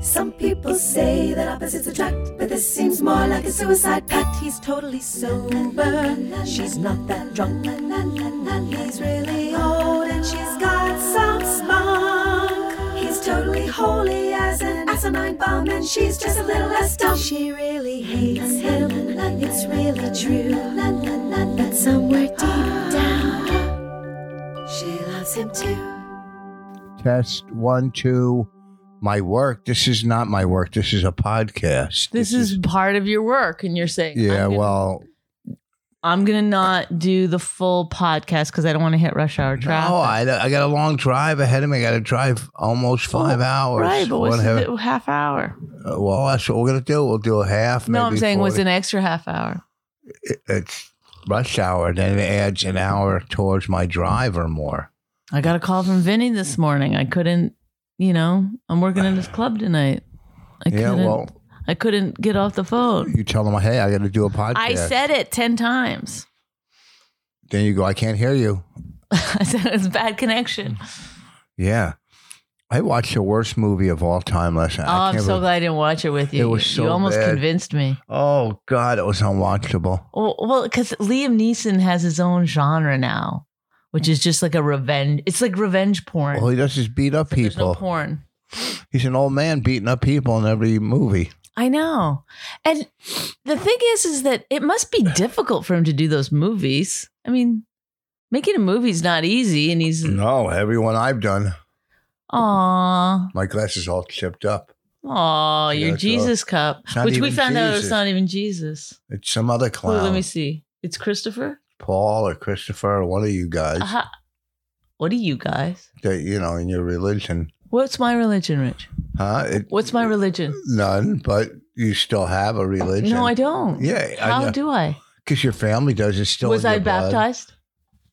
Some people say that opposites attract, but this seems more like a suicide pact. He's totally sober, she's not that drunk. He's really old and she's got some spunk. He's totally holy as an asinine bomb, and she's just a little less dumb. She really hates him, it's really true. But somewhere deep down, she loves him too. Test one, two. My work. This is not my work. This is a podcast. this is part of your work and you're saying I'm yeah. gonna- well, i'm gonna not do the full podcast because i don't want to hit rush hour traffic no, I, I got a long drive ahead of me. I got to drive almost five Well, hours. right but what's Whatever. the half hour Uh, well, that's what we're gonna do. We'll do a half. no i'm maybe saying what's 40. an extra half hour It's rush hour. Then it adds an hour towards my drive or more. i got a call from vinny this morning i couldn't you know i'm working in this club tonight i yeah. couldn't Well, i couldn't get off the phone you tell them, hey, I got to do a podcast. i said it 10 times Then you go. I can't hear you. i said it's a bad connection Yeah. I watched the worst movie of all time last night. oh I i'm can't so believe- glad i didn't watch it with you It was you so almost bad. convinced me Oh God, it was unwatchable. Well, well, because Liam Neeson has his own genre now, which is just like a revenge. It's like revenge porn. All he does is beat up There's people. no porn. He's an old man beating up people in every movie. I know. And the thing is, is that it must be difficult for him to do those movies. I mean, making a movie's not easy, and he's No, everyone I've done, aw, my glass is all chipped up. aw, Yeah, your it's Jesus cup, It's not which we even found out Jesus. it's not even Jesus. It's some other Wait, clown, let me see. It's Christopher. Paul or Christopher or one of you guys Uh-huh. What are you guys? that you know in your religion, What's my religion, Rich? huh? It, What's my religion? none, but you still have a religion. No, I don't. Yeah, I How know. do I? because your family does. It's still Was in your I blood. baptized?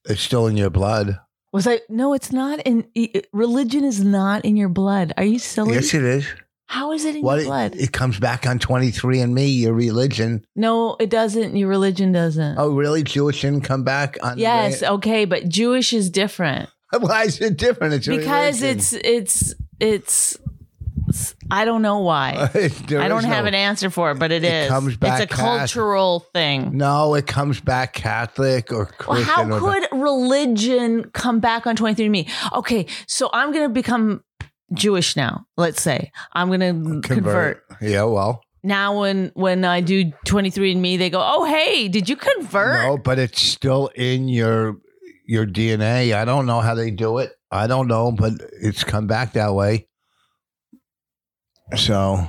It's still in your blood. Was I? No, it's not in. i- i- Religion is not in your blood. Are you silly? Yes, it is. How is it in What your blood? It, it comes back on twenty three and Me. Your religion. no, it doesn't. Your religion doesn't. Oh, really? Jewish didn't come back on. yes, Ra- okay, but Jewish is different Why is it different? It's your because religion. it's, it's it's it's I don't know why. There I is don't have no- an answer for it, but it It is. comes back it's a half. cultural thing. No, it comes back Catholic or Well, Christian. how or the- could religion come back on 23andMe? Okay, so I'm going to become Jewish now, let's say. I'm going to convert. Yeah, well, Now when when I do 23andMe, they go, "Oh, hey, did you convert?" no, but it's still in your your DNA. I don't know how they do it. I don't know, but it's come back that way. So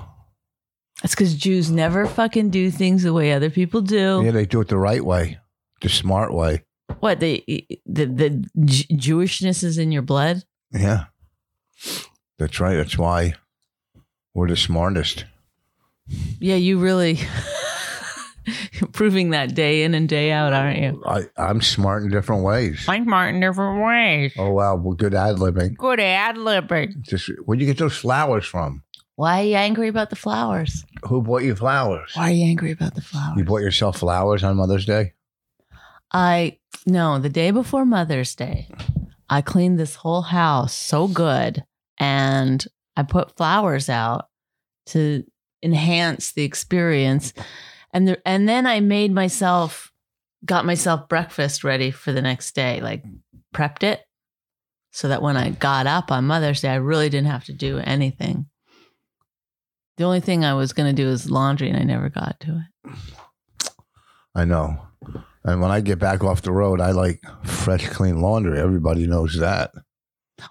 That's cuz Jews never fucking do things the way other people do. yeah, they do it the right way, the smart way. What the the, the J- Jewishness is in your blood? Yeah, that's right. That's why we're the smartest. Yeah, you really proving that day in and day out, aren't you? I I'm smart in different ways. Frank Martin different ways. Oh wow, well, good ad libbing. Good ad libbing. Just where'd you get those flowers from? Why are you angry about the flowers? Who bought you flowers? Why are you angry about the flowers? You bought yourself flowers on Mother's Day? I no, the day before Mother's Day, I cleaned this whole house so good and I put flowers out to enhance the experience. And there, and then I made myself got myself breakfast ready for the next day, like prepped it so that when I got up on Mother's Day, I really didn't have to do anything. The only thing I was going to do is laundry and I never got to it. I know. And when I get back off the road, I like fresh, clean laundry. Everybody knows that.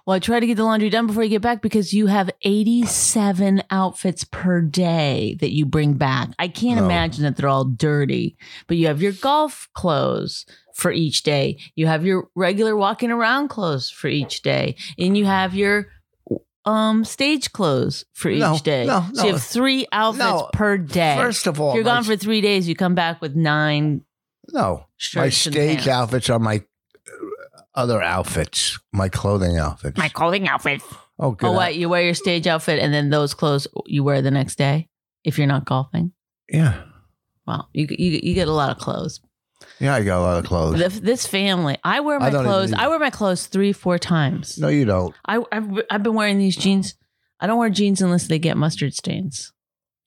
Well, I try to get the laundry done before you get back because you have 87 outfits per day that you bring back. I can't No. imagine that they're all dirty, but you have your golf clothes for each day. You have your regular walking around clothes for each day, and you have your um stage clothes for each No, day. no, So you no. have three outfits No. per day. First of all, If you're my- gone for 3 days, you come back with 9 no. My shirts and stage pants. outfits are my uh, other outfits, my clothing outfits. My clothing outfit. oh, good. Oh, what? You wear your stage outfit and then those clothes you wear the next day if you're not golfing? Yeah. Wow. You, you, you get a lot of clothes. Yeah, I got a lot of clothes. The, this family, I wear Oh, I my don't even clothes. need- I wear my clothes three, four times. no, you don't. I, I've, I've been wearing these jeans. I don't wear jeans unless they get mustard stains.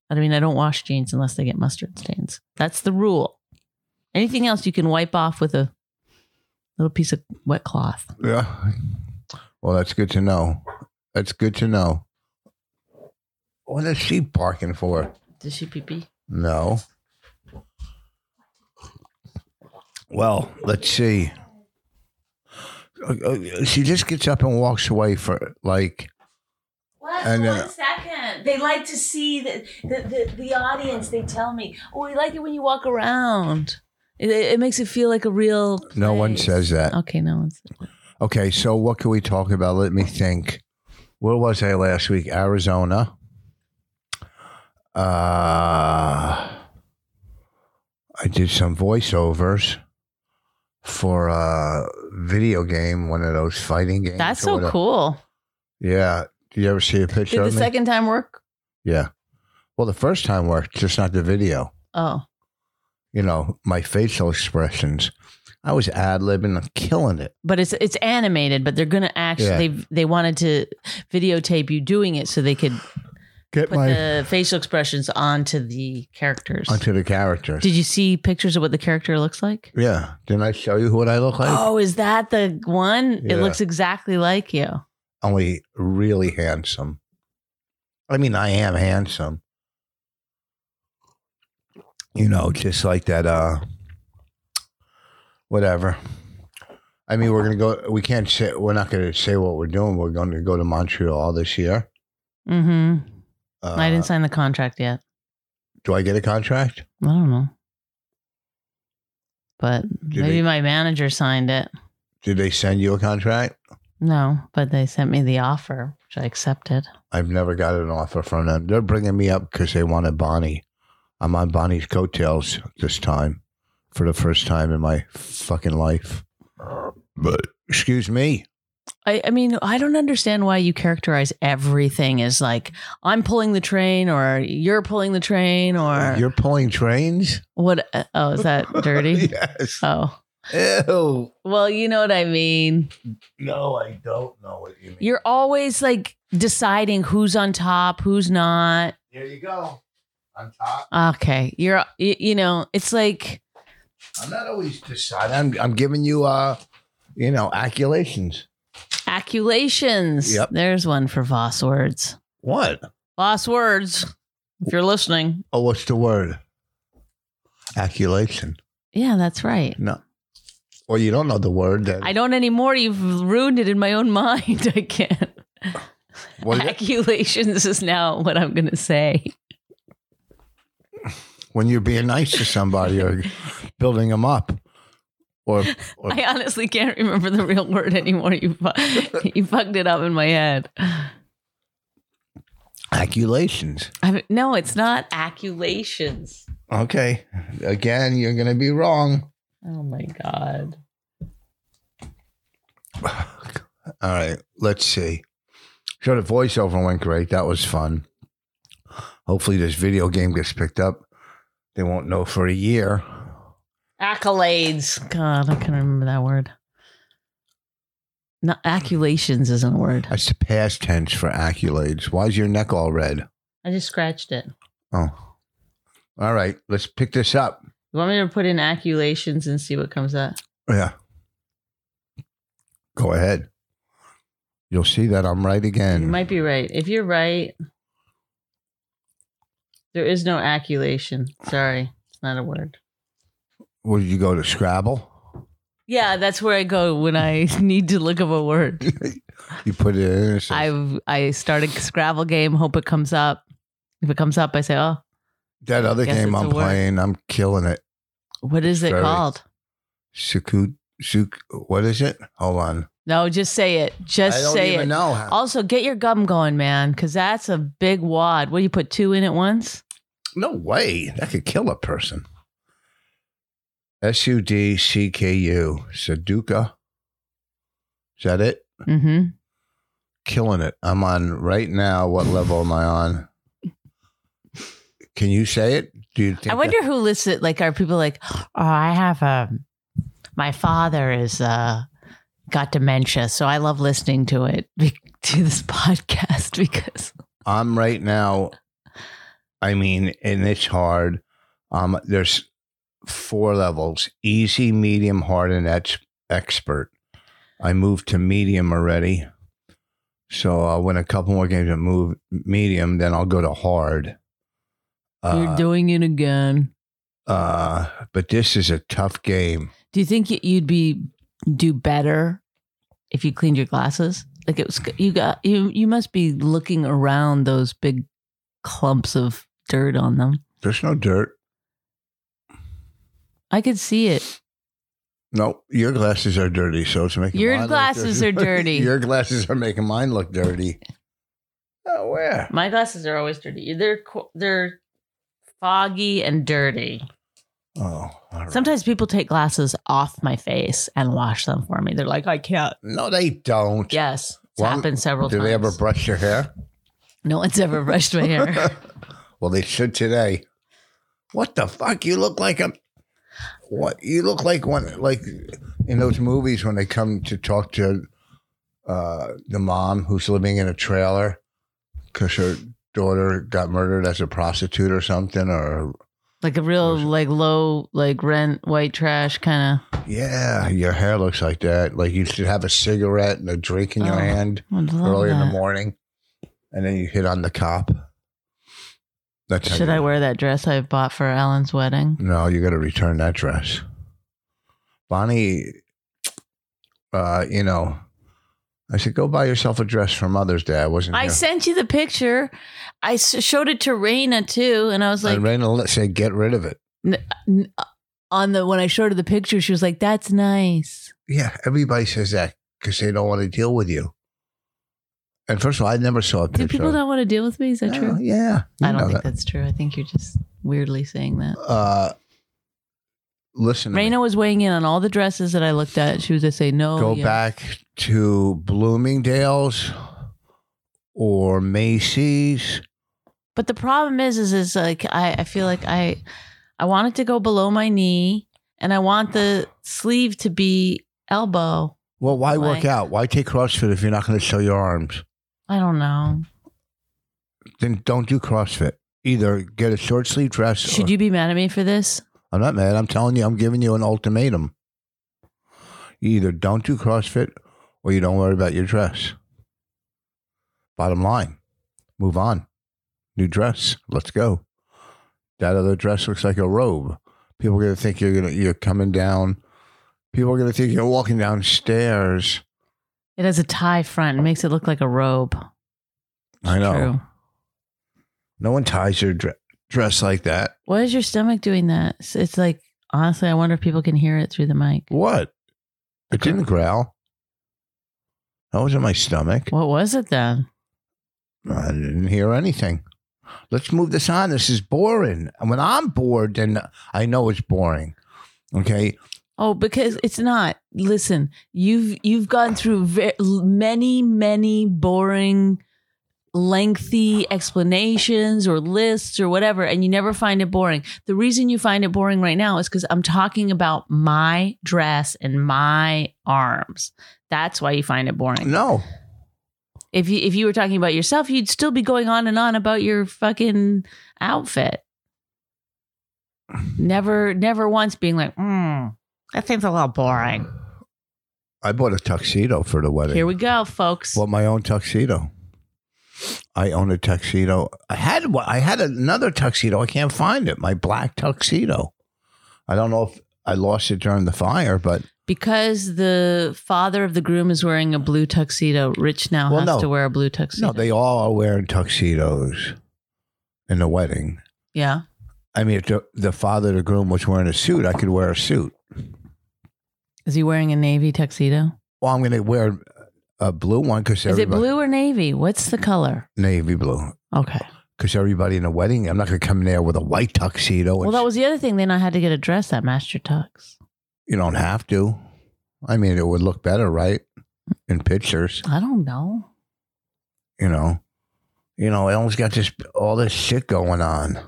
I mean, I don't wash jeans unless they get mustard stains. That's the rule. Anything else you can wipe off with a little piece of wet cloth. Yeah. Well, that's good to know. That's good to know. What is she barking for? Does she pee pee? No. Well, let's see. Uh, uh, She just gets up and walks away for like What? And then- One second. They like to see the, the, the, the audience. They tell me, oh, we like it when you walk around. It, it makes it feel like a real. no one place. says that. Okay, no one says Okay, so what can we talk about? Let me think. Where was I last week? Arizona. Uh, I did some voiceovers for a video game, one of those fighting games. That's or so whatever. cool. Yeah. Do you ever see a picture Did the of me? second time work? yeah. Well, the first time worked, just not the video. Oh, You know, my facial expressions. I was ad libbing, I'm killing it. but it's it's animated. But they're gonna actually Yeah. they they wanted to videotape you doing it so they could Get put the facial expressions onto the characters. onto the characters. Did you see pictures of what the character looks like? Yeah. Didn't I show you what I look like? oh, is that the one? Yeah. It looks exactly like you. Only really handsome. I mean, I am handsome. You know, just like that, uh, whatever. I mean, we're going to go, we can't say, we're not going to say what we're doing. We're going to go to Montreal this year. hmm Uh, I didn't sign the contract yet. do I get a contract? I don't know. But maybe they- my manager signed it. Did they send you a contract? No, but they sent me the offer, which I accepted. I've never got an offer from them. They're bringing me up because they wanted Bonnie. I'm on Bonnie's coattails this time for the first time in my fucking life. But excuse me. I, I mean, I don't understand why you characterize everything as like I'm pulling the train or you're pulling the train or You're pulling trains? what? Oh, is that dirty? yes. Oh, Ew. well, you know what I mean. No, I don't know what you mean. You're always like deciding who's on top, who's not. Here you go. On top. Okay, you're you, you know, it's like I'm not always deciding. I'm, I'm giving you, uh, you know, accolations. acculations. Yep. There's one for Voss words. What? Voss words. If you're listening, Oh, what's the word? Acculation. yeah, that's right. No. Well, you don't know the word. Then. I don't anymore. You've ruined it in my own mind. I can't. What is it? Acculations is now what I'm going to say. when you're being nice to somebody or building them up or, or I honestly can't remember the real word anymore. You fu- you fucked it up in my head. acculations. I, no, it's not acculations. Okay. Again, you're going to be wrong. Oh my god. All right. Let's see. So the voiceover went great. That was fun. Hopefully, this video game gets picked up. They won't know for a year. Accolades. God, I can't remember that word. Not acculations isn't a word. That's the past tense for accolades. Why is your neck all red? I just scratched it. Oh. All right. Let's pick this up. You want me to put in acculations and see what comes up? Yeah. Go ahead. You'll see that I'm right You again. might be right. If you're right, there is no acculation. Sorry, it's not a word. Where did you go to Scrabble? Yeah, that's where I go when I need to look up a word. You put it in. It says, I I start a Scrabble game, hope it comes up. If it comes up, I say, "Oh, that other guess game it's I'm a word. playing, I'm killing it. what is it Very. called?" Suku, suk, what is it? Hold on. No, just say it. Just I don't say even it. know. How. Also, get your gum going, man, because that's a big wad. What do you put two in at once? no way. That could kill a person. S U D C K U. Sudoku. Is that it? Mm-hmm. Killing it. I'm on right now. What level am I on? Can you say it? Do you think I wonder who listed like are people like, oh, I have a my father is uh got dementia, so I love listening to it be- to this podcast because I'm right now. I mean, and it's hard. Um, there's four levels: easy, medium, hard, and ex- expert. I moved to medium already, so I'll win a couple more games and move medium. Then I'll go to hard. you're Uh, doing it again. uh, but this is a tough game. Do you think y- you'd be do better if you cleaned your glasses? Like it was you got you you must be looking around those big clumps of dirt on them. There's no dirt. I could see it. No, your glasses are dirty, so it's making Your mine look glasses dirty. are dirty. your glasses are making mine look dirty. Oh, where? My glasses are always dirty. They're they're foggy and dirty. Oh, all right. Sometimes people take glasses off my face and wash them for me. They're like, I can't. no, they don't. Yes, it's Well, happened several Do times. they ever brush your hair? no one's ever brushed my hair. well, they should today. What the fuck? You look like a what? You look like one like in those movies when they come to talk to uh, the mom who's living in a trailer because her daughter got murdered as a prostitute or something. Or like a real like low like rent white trash kind of. yeah, your hair looks like that. Like you should have a cigarette and a drink in your Oh, hand early in the morning, and then you hit on the cop. That's how Should you- I wear that dress I bought for Ellen's wedding? No, you got to return that dress. Bonnie, uh, you know, I said, go buy yourself a dress for Mother's Day. I wasn't. I here. sent you the picture. I s- showed it to Raina too, and I was like, and Raina said, get rid of it. n- uh," on the when I showed her the picture, she was like, "That's nice." Yeah, everybody says that because they don't want to deal with you. And first of all, I never saw a Do picture. people not want to deal with me? Is that Oh, true? yeah, you I don't know that. think that's true. I think you're just weirdly saying that. Uh, listen, to me. Raina was weighing in on all the dresses that I looked at. She was just say no. go yeah. back to Bloomingdale's or Macy's. But the problem is, is, is like I, I feel like I, I want it to go below my knee, and I want the sleeve to be elbow. Well, why Like- work out? Why take CrossFit if you're not going to show your arms? I don't know. Then don't do CrossFit. Either get a short sleeve dress. Should or- you be mad at me for this? I'm not mad. I'm telling you, I'm giving you an ultimatum. You either don't do CrossFit or you don't worry about your dress. Bottom line, move on. New dress. Let's go. That other dress looks like a robe. People are gonna think you're gonna you're coming down. People are gonna think you're walking downstairs. It has a tie front and makes it look like a robe. I know. True. No one ties their dre- dress like that. Why is your stomach doing that? It's, it's like honestly, I wonder if people can hear it through the mic. What? It didn't growl. That was in my stomach. What was it then? I didn't hear anything. Let's move this on. This is boring. And when I'm bored, then I know it's boring. Okay. Oh, because it's not. Listen, you've you've gone through ve- many, many boring, lengthy explanations or lists or whatever, and you never find it boring. The reason you find it boring right now is because I'm talking about my dress and my arms. That's why you find it boring. No. If you if you were talking about yourself, you'd still be going on and on about your fucking outfit. Never, never once being like, mm, that seems a little boring. I bought a tuxedo for the wedding. Here we go, folks. Bought my own tuxedo. I own a tuxedo. I had one. I had another tuxedo. I can't find it. My black tuxedo. I don't know if I lost it during the fire, but because the father of the groom is wearing a blue tuxedo, Rich now Well, has no. to wear a blue tuxedo. No, they all are wearing tuxedos in the wedding. yeah. I mean, if the, the father of the groom was wearing a suit, I could wear a suit. Is he wearing a navy tuxedo? Well, I'm going to wear a blue one because Is it blue or navy? What's the color? Navy blue. Okay. Because everybody in the wedding, I'm not going to come in there with a white tuxedo. Well, and that was the other thing. Then I had to get a dress that matched your tux. you don't have to. I mean, it would look better, right? in pictures. I don't know. You know, you know, Ellen's got this all this shit going on,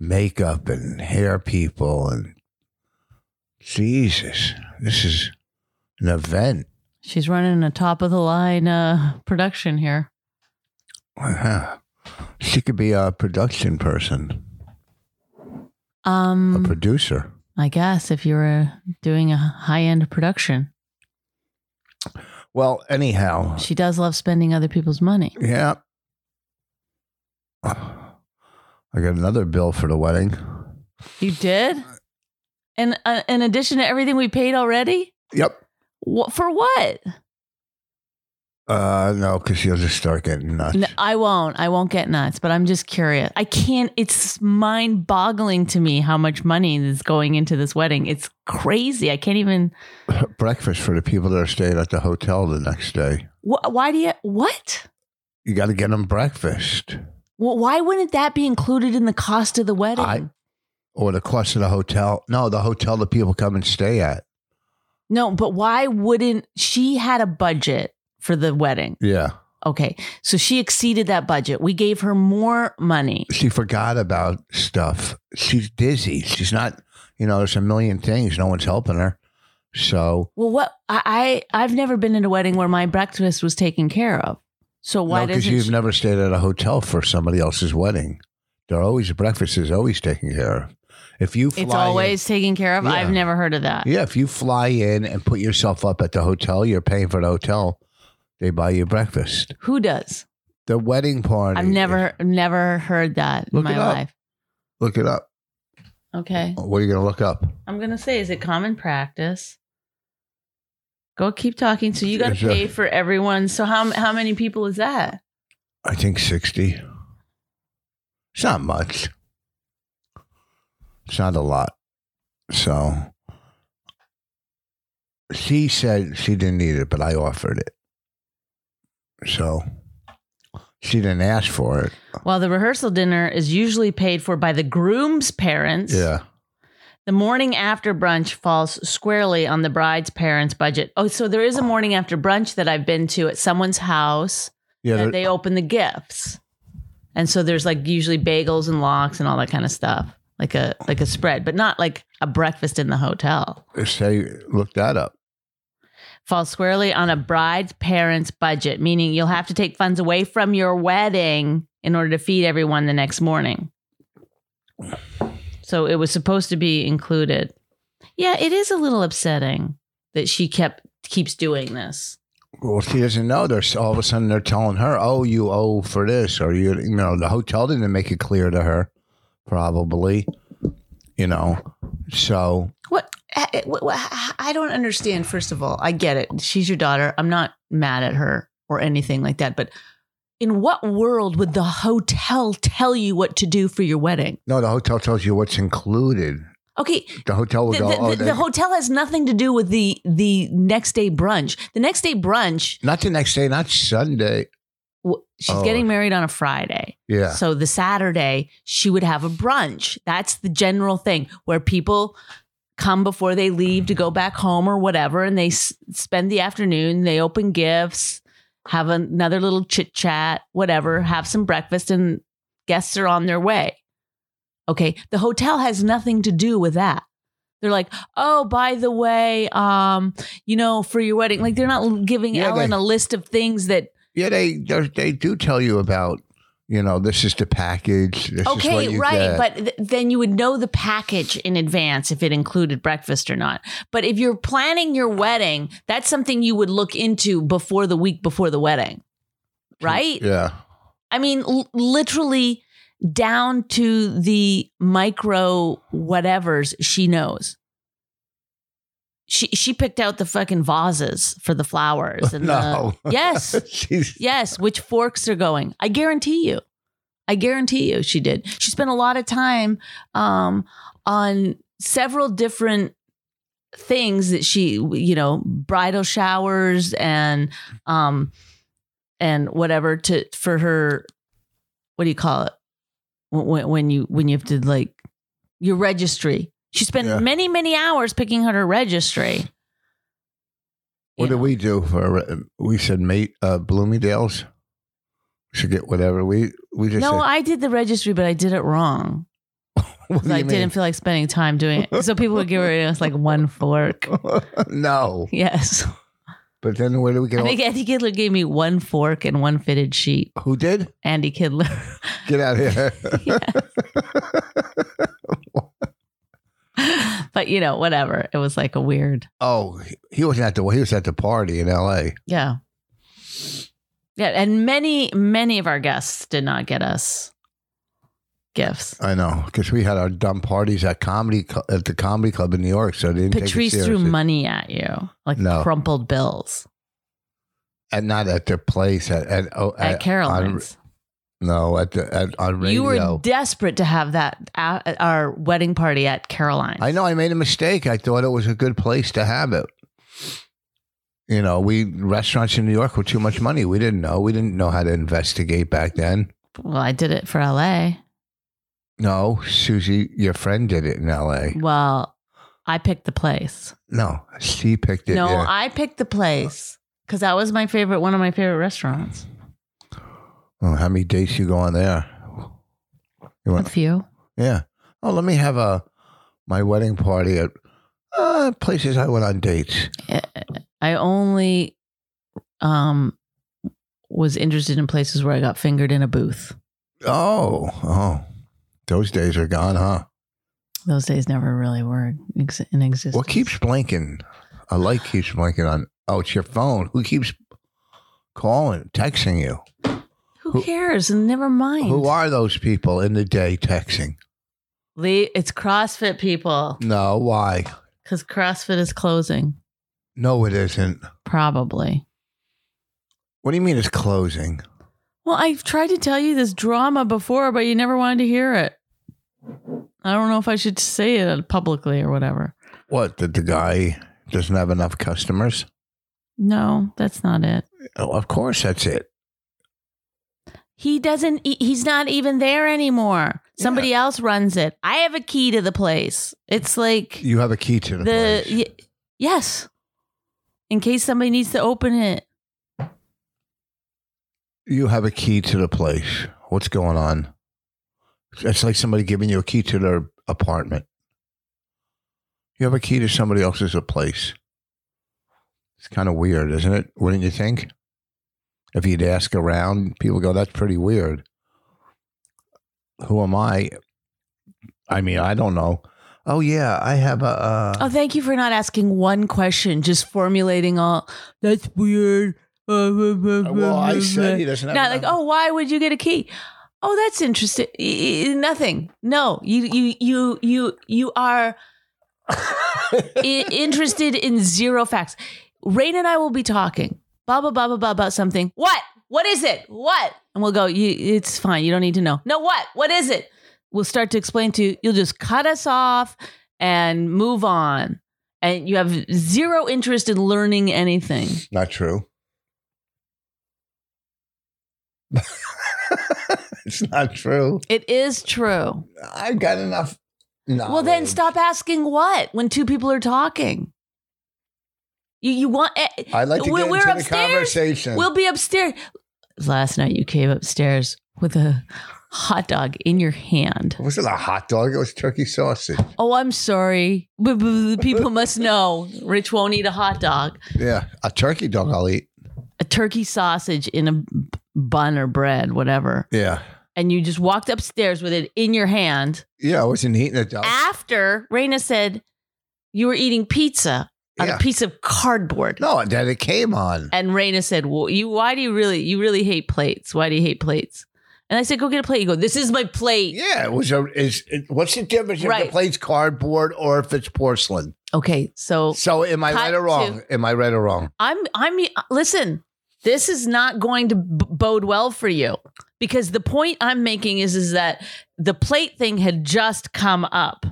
makeup and hair people and Jesus, this is an event. She's running a top of the line uh, production here. She could be a production person, a Um, producer. I guess if you were doing a high end production, Well, anyhow, she does love spending other people's money. yeah. I got another bill for the wedding. You did, and uh, in addition to everything we paid already, Yep. what for what? Uh, no, because you'll just start getting nuts. No, I won't. I won't get nuts, but I'm just curious. I can't. It's mind boggling to me how much money is going into this wedding. It's crazy. I can't even. Breakfast for the people that are staying at the hotel the next day. Wh- why do you? What? You got to get them breakfast Well, why wouldn't that be included in the cost of the wedding? I- or the cost of the hotel. No, the hotel the people come and stay at. no, but why wouldn't she had a budget for the wedding? Yeah. Okay, so she exceeded that budget. We gave her more money. She forgot about stuff. She's dizzy. She's not, you know, there's a million things. No one's helping her. So Well, what I, I I've never been in a wedding where my breakfast was taken care of. So why because doesn't you've she- never stayed at a hotel for somebody else's wedding. They're always breakfast is always taken care of. If you fly It's in- always taken care of. Yeah. I've never heard of that. yeah, if you fly in and put yourself up at the hotel, you're paying for the hotel. They buy you breakfast. Who does? The wedding party. I've never never heard that in Look my it up. life. look it up. Okay. What are you gonna look up? I'm gonna say, is it common practice? Go keep talking. So you gotta Sure. pay for everyone. So how how many people is that? I think sixty. It's not much. It's not a lot. So she said she didn't need it, but I offered it. So she didn't ask for it. Well, the rehearsal dinner is usually paid for by the groom's parents. Yeah. The morning after brunch falls squarely on the bride's parents' budget. Oh, so there is a morning after brunch that I've been to at someone's house. Yeah. that there- they open the gifts. And so there's like usually bagels and lox and all that kind of stuff, like a like a spread, but not like a breakfast in the hotel. say look that up. Falls squarely on a bride's parents' budget, meaning you'll have to take funds away from your wedding in order to feed everyone the next morning. So it was supposed to be included. Yeah, it is a little upsetting that she kept keeps doing this. Well, she doesn't know. There's all of a sudden they're telling her, "Oh, you owe for this," or you, you know, the hotel didn't make it clear to her, probably. You know, so What? I I don't understand. First of all, I get it. She's your daughter. I'm not mad at her or anything like that. But in what world would the hotel tell you what to do for your wedding? no, the hotel tells you what's included. Okay, The hotel will the, go. the- oh, the- they- the hotel has nothing to do with the the next day brunch. The next day brunch, not the next day, not Sunday. w- she's Oh. getting married on a Friday. Yeah, So the Saturday, she would have a brunch. That's the general thing where people come before they leave to go back home or whatever, and they s- spend the afternoon, they open gifts, have another little chit chat, whatever, have some breakfast, and guests are on their way. Okay. The hotel has nothing to do with that. They're like, oh, by the way, um, you know, for your wedding, like they're not giving Yeah, Ellen they- a list of things that yeah, they they're- they do tell you about. You know, this is the package. This is what Okay, you right. get. But th- then you would know the package in advance if it included breakfast or not. But if you're planning your wedding, that's something you would look into before the week before the wedding, right? yeah, I mean, l- literally down to the micro whatevers she knows. She she picked out the fucking vases for the flowers and no, the uh, yes. She's- Yes, which forks are going. I guarantee you. I guarantee you she did. She spent a lot of time um, on several different things that she, you know, bridal showers and um and whatever to for her what do you call it? When, when you when you have to like your registry. She spent Yeah. many many hours picking out her registry. What you do know. we do for? a re- We said mate uh, Bloomingdale's. We should get whatever we we just. No, said, I did the registry, but I did it wrong. what do I you didn't feel like spending time doing it. So people would give rid of us like one fork. mean? no, Yes. but then where do we get? I all- think Andy Kidler gave me one fork and one fitted sheet. Who did? Andy Kidler. Get out of here. Yeah. but you know, whatever. It was like a weird. oh, he was at the he was at the party in L.A. Yeah. Yeah. And many, many of our guests did not get us gifts. I know because we had our dumb parties at comedy Cl- at the comedy club in New York, so they didn't Patrice take it threw seriously. money at you, like No. crumpled bills and not at their place at at, oh, at Caroline's. no at the at on radio. You were desperate to have that at at our wedding party at Caroline. I know I made a mistake. I thought it was a good place to have it. You know, we restaurants in New York were too much money. We didn't know. We didn't know how to investigate back then. Well, I did it for LA. No, Susie, your friend did it in L.A. Well, I picked the place. No, she picked it. no, yeah. I picked the place because that was my favorite, one of my favorite restaurants. Oh, how many dates you go on there? You A went, few. yeah. Oh, let me have a my wedding party at uh, places I went on dates. I only um, was interested in places where I got fingered in a booth. Oh, oh, those days are gone, huh? Those days never really were ex- in existence. What keeps blinking? A light keeps blinking on. Oh, it's your phone. Who keeps calling, texting you? Who who- cares? And never mind. Who are those people in the day texting? Lee, it's CrossFit people No, why? because CrossFit is closing, No, it isn't. probably. What do you mean it's closing? Well, I've tried to tell you this drama before, but you never wanted to hear it. I don't know if I should say it publicly or whatever. What? That the guy doesn't have enough customers? No, that's not it. Oh, of course, that's it. He doesn't, he- he's not even there anymore. Yeah. Somebody else runs it. I have a key to the place. It's like You have a key to the, the, place. y- yes, in case somebody needs to open it. you have a key to the place. What's going on? It's like somebody giving you a key to their apartment. You have a key to somebody else's place. It's kind of weird, isn't it? Wouldn't you think? If you'd ask around, people go, that's pretty weird. Who am I? I mean, I don't know. Oh, yeah, I have a. Uh, Oh, thank you for not asking one question, just formulating all that's weird. Well, well, I said he doesn't have Not like, another- oh, why would you get a key? Oh, that's interesting. E- e- Nothing. No, you you you you you are I- interested in zero facts. Rain and I will be talking. Blah blah blah blah blah about something. What? What is it? What? And we'll go. You, it's fine. You don't need to know. No. What? What is it? We'll start to explain to you. You'll just cut us off and move on. And you have zero interest in learning anything. Not true. it's not true. It is true. I've got enough. No. Well, then stop asking what when two people are talking. You you want? eh, I'd like to we're- get we're into the upstairs. conversation. We'll be upstairs. Last night you came upstairs with a hot dog in your hand. was it a hot dog? It was turkey sausage. Oh, I'm sorry. B- b- b- People must know. Rich won't eat a hot dog. Yeah, a turkey dog I'll eat. A turkey sausage in a b- bun or bread, whatever. Yeah. And you just walked upstairs with it in your hand. Yeah, I wasn't eating it though. After Raina said you were eating pizza on Yeah. a piece of cardboard. no, that it came on. And Raina said, well, "You, why do you really, you really hate plates? Why do you hate plates?" And I said, "Go get a plate." You go, "This is my plate." Yeah, it was a. Is it, what's the difference if Right. the plate's cardboard or if it's porcelain? Okay, so So am I Cut right or wrong? Am I right or wrong? I'm, I'm, listen. This is not going to b- bode well for you because the point I'm making is, is that the plate thing had just come up,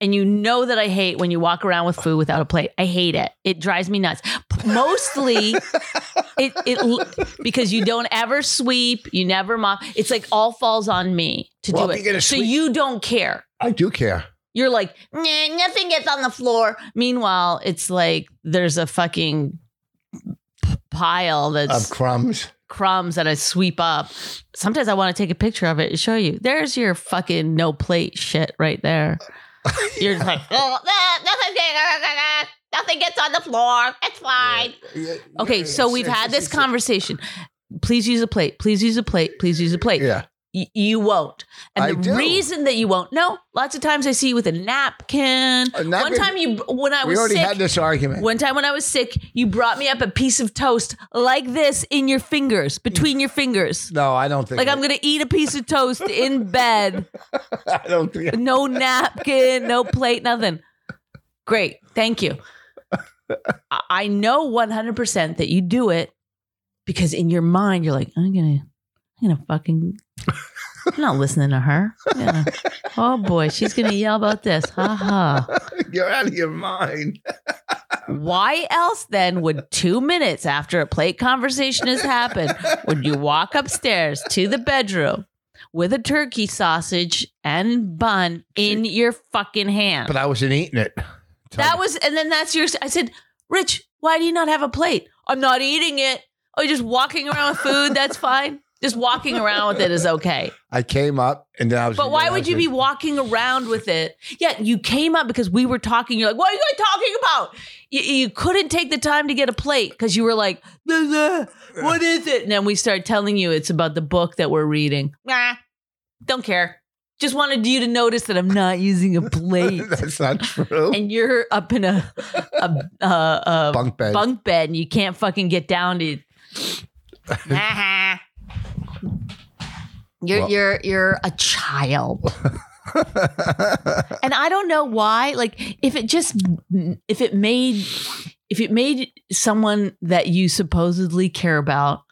and you know that I hate when you walk around with food without a plate. I hate it. It drives me nuts. P- Mostly. it, it l- because you don't ever sweep, you never mop. It's like all falls on me to Well, do if you get a it. So sweep- you don't care. I do care. You're like, nah, nothing gets on the floor. Meanwhile, it's like there's a fucking pile Of that's crumbs. crumbs that I sweep up. Sometimes I want to take a picture of it and show you. There's your fucking no plate shit right there. You're just like, oh, ah, nothing, nothing gets on the floor. It's fine. Yeah, Okay, yeah, so yeah, we've yeah, had yeah, this yeah. conversation. Please use a plate. Please use a plate. Please use a plate. Yeah. Y- you won't. And I the do. reason that you won't, no, lots of times I see you with a napkin. A One napkin- time you, when I We was already sick, had this argument. one time when I was sick, you brought me up a piece of toast like this in your fingers, between your fingers. no, I don't think. Like I'm gonna eat a piece of toast in bed. gonna. I don't think. No napkin, no plate, nothing. Great, thank you. I- I know 100 percent that you do it because in your mind you're like, I'm gonna, I'm gonna fucking. I'm not listening to her. Yeah. Oh boy, she's gonna yell about this. Ha ha. You're out of your mind. Why else then would two minutes after a plate conversation has happened, would you walk upstairs to the bedroom with a turkey sausage and bun in your fucking hand? But I wasn't eating it. That was, and then that's your. I said, Rich, why do you not have a plate? I'm not eating it. Oh, you're just walking around with food. That's fine. Just walking around with it is okay. I came up and then I was. But why would you be walking around with it? Yeah, you came up because we were talking. You're like, what are you guys talking about? You, you couldn't take the time to get a plate because you were like, "Blah, blah, what is it? And then we start telling you it's about the book that we're reading. Nah, don't care. Just wanted you to notice that I'm not using a plate. That's not true. and you're up in a a, a, a bunk, Bunk bed. bed and you can't fucking get down to. Nah. You're Well- you're you're a child. and I don't know why. Like, if it just, if it made, if it made someone that you supposedly care about,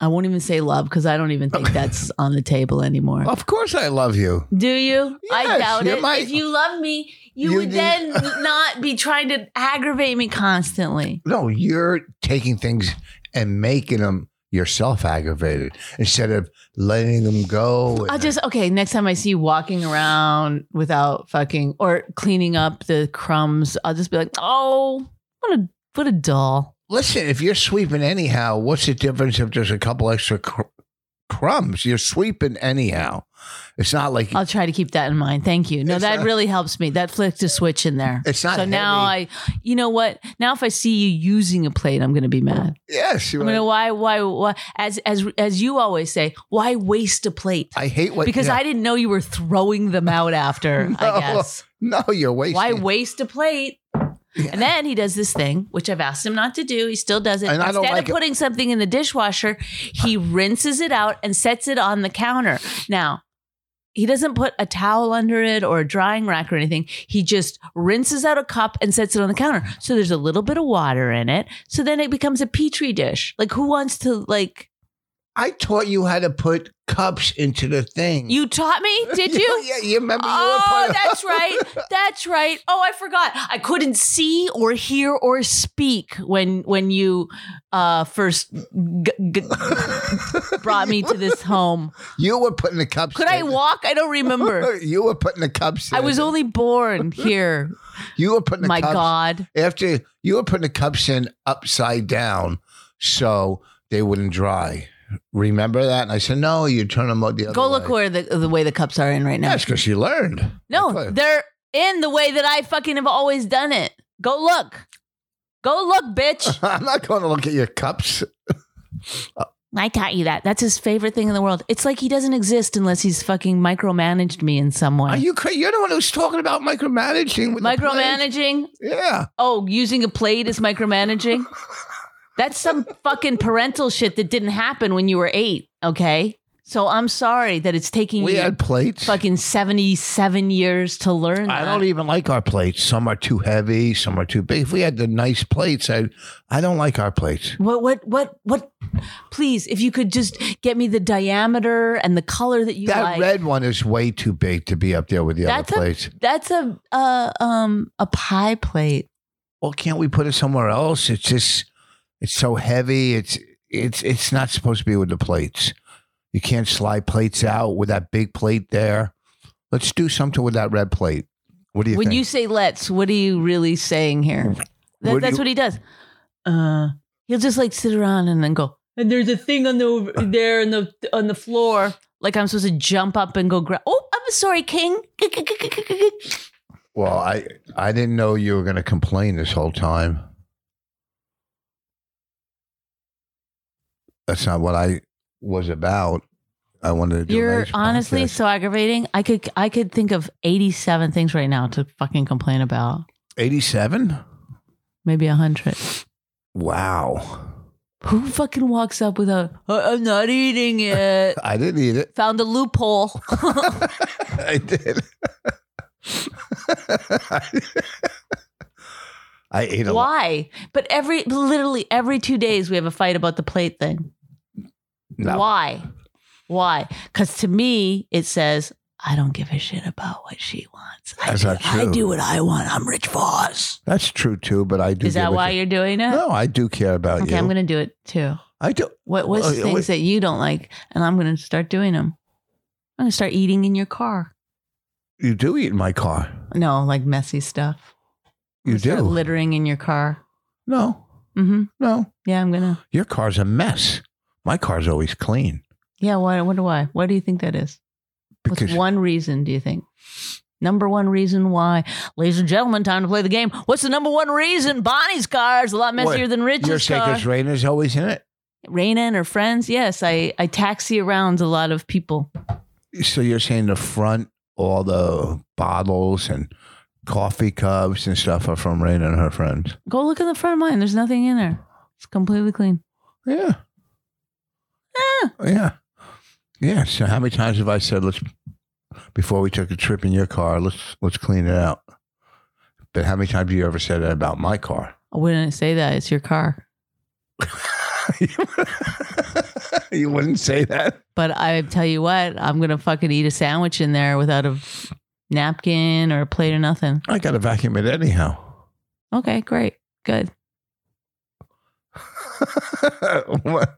I won't even say love because I don't even think that's on the table anymore. of course, I love you. Do you? I Yes, doubt you it. might- If you love me, you, You would do- then not be trying to aggravate me constantly. No, you're taking things and making them yourself aggravated instead of letting them go. and- I'll just okay. Next time I see you walking around without fucking or cleaning up the crumbs, I'll just be like, oh, what a what a doll. listen. If you're sweeping anyhow, what's the difference if there's a couple extra cr- crumbs? You're sweeping anyhow. It's not like I'll try to keep that in mind. Thank you. No, It's that not- really helps me. That flicked a switch in there. It's not So now I, you know what? Now if I see you using a plate, I'm going to be mad. yes. I'm you're going to right. why why why as as as you always say, why waste a plate? I hate what because yeah. I didn't know you were throwing them out after. I No. guess no, you're wasting. why waste a plate? And then he does this thing, which I've asked him not to do. He still does it. And I Instead don't of like it. Uh. putting something in the dishwasher, he rinses it out and sets it on the counter. Now, he doesn't put a towel under it or a drying rack or anything. He just rinses out a cup and sets it on the counter. So there's a little bit of water in it. So then it becomes a petri dish. Like who wants to like I taught you how to put cups into the thing. you taught me? Did you? Yeah, you remember you Oh, were part that's right. That's right. Oh, I forgot. I couldn't see or hear or speak when when you uh, first g- g- brought me to this home. of, you were putting the cups. Could I in. walk? I don't remember. You were putting the cups. I in. was only born here. You were putting the My cups God. after you were putting the cups in upside down so they wouldn't dry. Remember that? And I said, no, you turn them out the other Go way. look where the the way the cups are in right now. That's because you learned. No, they're in the way that I fucking have always done it. Go look. Go look, bitch. I'm not going to look at your cups. I taught you that. That's his favorite thing in the world. It's like he doesn't exist unless he's fucking micromanaged me in some way. Are you crazy? You're the one who's talking about micromanaging. With the plates. micromanaging? Yeah. Oh, using a plate is micromanaging? That's some fucking parental shit that didn't happen when you were eight, okay? So I'm sorry that it's taking We you had plates. fucking 77 years to learn I that. don't even like our plates. Some are too heavy, some are too big. If we had the nice plates, I I don't like our plates. What, what, what, what? Please, if you could just get me the diameter and the color that you that like. red one is way too big to be up there with the that's other a plates. that's a uh, um a pie plate. well, can't we put it somewhere else? It's just it's so heavy. It's it's it's not supposed to be with the plates. You can't slide plates out with that big plate there. Let's do something with that red plate. What do you when think? you say let's, what are you really saying here? That, What do that's you- what he does. Uh, He'll just like sit around and then go. And there's a thing on the over Uh. there on the on the floor. Like I'm supposed to jump up and go grab. Oh, I'm sorry, King. Well, I I didn't know you were going to complain this whole time. That's not what I was about. I wanted to do. a You're nice honestly podcast. so aggravating. I could I could think of 87 things right now to fucking complain about. 87? Maybe 100. Wow. Who fucking walks up without? "I- I'm not eating it. I didn't eat it. Found a loophole. I did. I ate a lot. Why? But every literally every two days we have a fight about the plate thing. No. Why? Why? Because to me it says I don't give a shit about what she wants. I, That's do, not I true. do what I want. I'm Rich Voss. That's true too, but I do. Is that give a why shit. you're doing it? No, I do care about okay, you. I'm gonna do it too. I do. What was Well, things uh, wait. that you don't like, and I'm gonna start doing them. I'm gonna start eating in your car. You do eat in my car. No, like messy stuff. I'm You gonna start do. littering in your car. no, Mm-hmm. no. Yeah, I'm gonna. Your car's a mess. My car's always clean Yeah, why? I wonder why. Why do you think that is? because What's one reason do you think? Number one reason why, ladies and gentlemen, time to play the game. What's the number one reason? Bonnie's car is a lot messier What? than your Rich's car. Shaker's Rainer's always in it. Raina and her friends. Yes, I I taxi around a lot of people. So you're saying the front, all the bottles and coffee cups and stuff are from Raina and her friends. Go look in the front of mine. There's nothing in there. It's completely clean. Yeah. Ah, Yeah. Yeah. So how many times have I said let's before we took a trip in your car, let's let's clean it out. But how many times have you ever said that about my car? I wouldn't say that. It's your car. you wouldn't say that. But I tell you what, I'm gonna fucking eat a sandwich in there without a napkin or a plate or nothing. I gotta vacuum it anyhow. Okay, great, good. what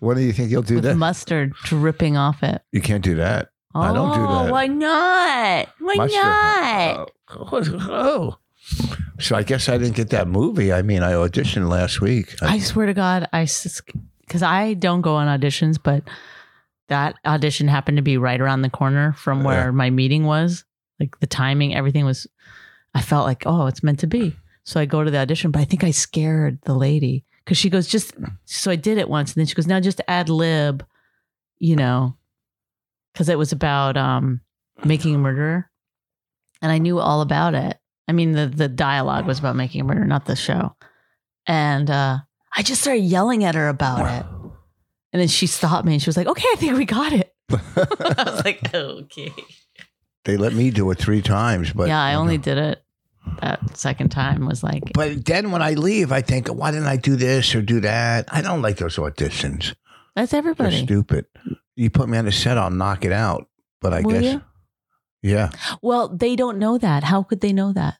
when do you think you'll do With that? mustard dripping off it. you can't do that. I don't do Oh, that. Why not? Why Mustard. not? Oh. So I guess I didn't get that movie. I mean I auditioned last week. I swear to God, I because I don't go on auditions, but that audition happened to be right around the corner from where Yeah. my meeting was. Like the timing, everything was. I felt like, oh, it's meant to be. So I go to the audition, but I think I scared the lady because she goes, just so I did it once, and then she goes, now just ad lib, you know, because it was about um making a murderer, and I knew all about it. I mean, the the dialogue was about making a murderer, not the show, and uh, I just started yelling at her about it, and then she stopped me and she was like, "Okay, I think we got it." I was like, "Okay." they let me do it three times, but yeah, I you only know. did it that second time. Was like, But then when I leave, I think, why didn't I do this or do that? I don't like those auditions. that's They're everybody. stupid. You put me on the set, I'll knock it out. But I Will guess, you? yeah, Well, they don't know that. How could they know that?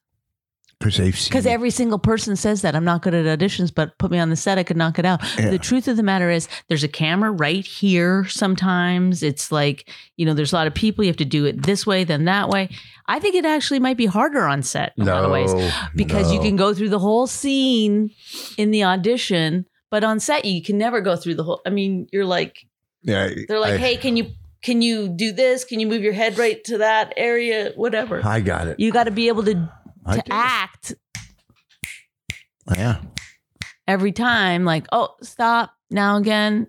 because they've seen. Because me. every single person says that I'm not good at auditions, but put me on the set, I could knock it out. Yeah. The truth of the matter is, there's a camera right here. Sometimes it's like, you know, there's a lot of people. You have to do it this way, then that way. I think it actually might be harder on set in a lot of ways No, because you no. can go through the whole scene in the audition, but on set you can never go through the whole. I mean, you're like, Yeah, they're like, I- hey, can you can you do this? Can you move your head right to that area? Whatever. I got it. You got to be able to I to did it. act Yeah, every time like oh stop now again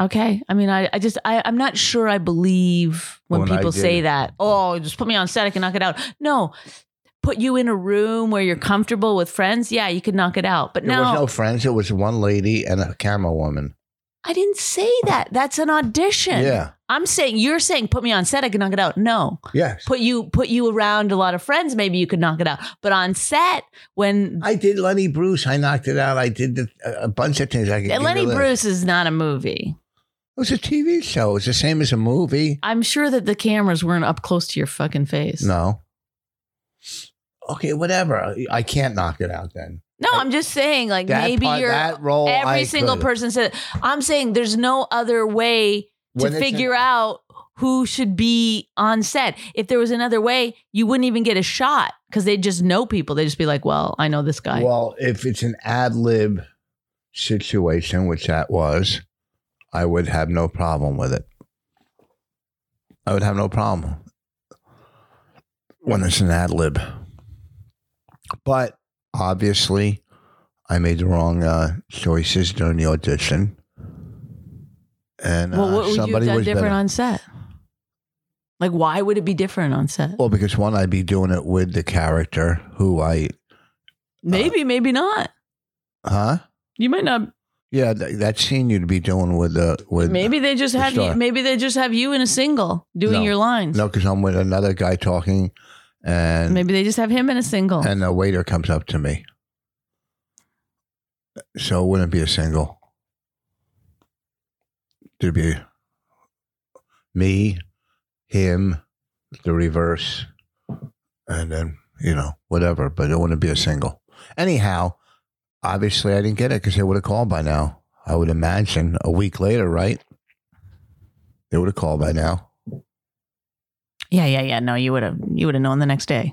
okay i mean i, I just I, i'm not sure i believe when, When I people did say it. that oh just put me on set i can knock it out no put you in a room where you're comfortable with friends yeah you could knock it out but there was no, no friends. It was one lady and a camera woman. i didn't say that that's an audition Yeah, i'm saying you're saying put me on set i can knock it out no yes. put you put you around a lot of friends maybe you could knock it out but on set when I did Lenny Bruce. I knocked it out. I did the, a, a bunch of things. I could give you lenny a list. bruce is not a movie It was a TV show. It was the same as a movie. I'm sure that the cameras weren't up close to your fucking face. No. Okay, whatever. I can't knock it out then. No, I'm just saying, like That maybe part- you're that role. every I single could. person said. I'm saying there's no other way to When it's figure in- out who should be on set. If there was another way, you wouldn't even get a shot because they just know people. They just be like, well, I know this guy. Well, if it's an ad lib situation, which that was, I would have no problem with it. I would have no problem when it's an ad lib. But obviously, I made the wrong uh, choices during the audition. And well, what uh, would you have somebody done was different better. on set? Like, why would it be different on set? well, uh, because one, I'd be doing it with the character who I, maybe, maybe not. huh? You might not. Yeah, th- that scene you'd be doing with the with Maybe they just the have you. star. Maybe they just have you in a single doing No. your lines. No, because I'm with another guy talking, and Maybe they just have him in a single. and the waiter comes up to me. So it wouldn't be a single. There'd be me, him, the reverse, and then you know whatever, but it wouldn't be a single. Anyhow, obviously I didn't get it because they would have called by now. I would imagine a week later, right? They would have called by now. yeah, yeah, yeah. No, you would have. You would have known the next day.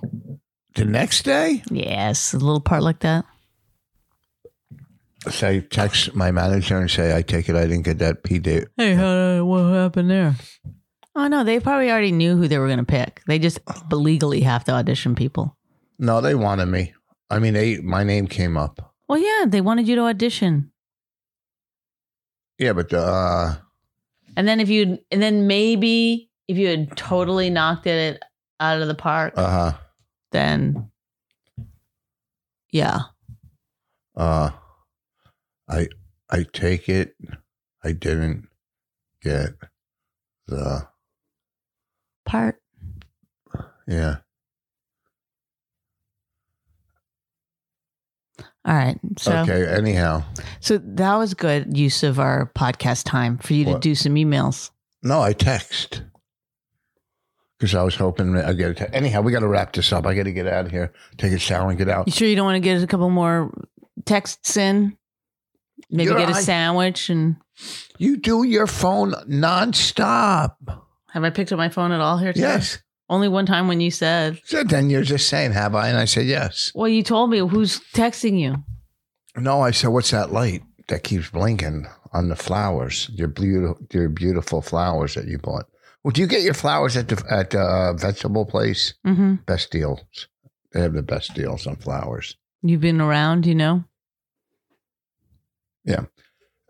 The next day, Yes, a little part like that. say text my manager and say I take it I didn't get that P date. Hey, how, uh, what happened there? Oh no, they probably already knew who they were going to pick. They just legally have to audition people. No, they wanted me. I mean, they my name came up. Well, yeah, they wanted you to audition, Yeah, but the, uh, and then if you, and then maybe if you had totally knocked it out of the park, uh, then yeah, uh, I I take it. I didn't get the part. yeah. All right, so okay. Anyhow, so that was good use of our podcast time for you to What? do some emails. no, I text because I was hoping I get. A te- anyhow, we got to wrap this up. I got to get out of here. Take a shower and get out. You sure you don't want to get a couple more texts in? Maybe You're get a right. sandwich and. You do your phone nonstop. Have I picked up my phone at all here today? Yes. Only one time when you said, So then you're just saying, "Have I?" And I said, "Yes." well, you told me who's texting you. No, I said, "What's that light that keeps blinking on the flowers? Your beautiful, your beautiful flowers that you bought." Well, do you get your flowers at the at the uh, vegetable place? Mm-hmm. Best deals. They have the best deals on flowers. You've been around, you know?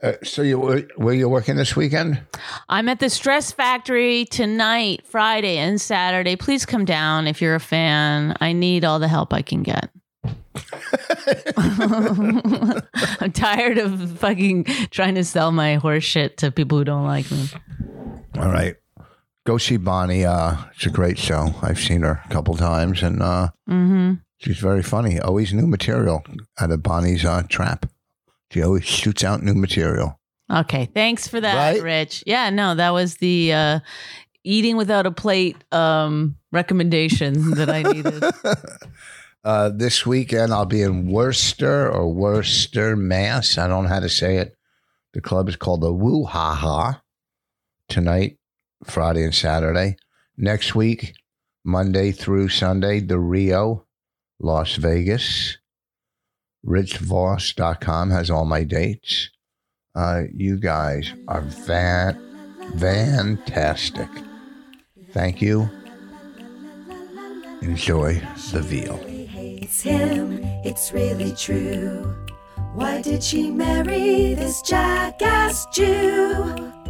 Uh, so you were- were you working this weekend? I'm at the Stress Factory tonight, Friday and Saturday. Please come down if you're a fan. I need all the help I can get. I'm tired of fucking trying to sell my horse shit to people who don't like me. All right. Go see Bonnie. Uh, it's a great show. I've seen her a couple times, and uh, Mm-hmm. she's very funny. Always new material out of Bonnie's uh, trap. She always shoots out new material. Okay, thanks for that, Right? Rich. Yeah, no, that was the uh, eating without a plate um, recommendation that I needed. Uh, this weekend, I'll be in Worcester or Worcester, Mass. I don't know how to say it. The club is called the Woo Ha Ha tonight, Friday and Saturday. Next week, Monday through Sunday, the Rio, Las Vegas. RichVoss.com has all my dates. Uh, you guys are van- fantastic. Thank you. Enjoy the veal. really hates him. It's really true. Why did she marry this jackass Jew?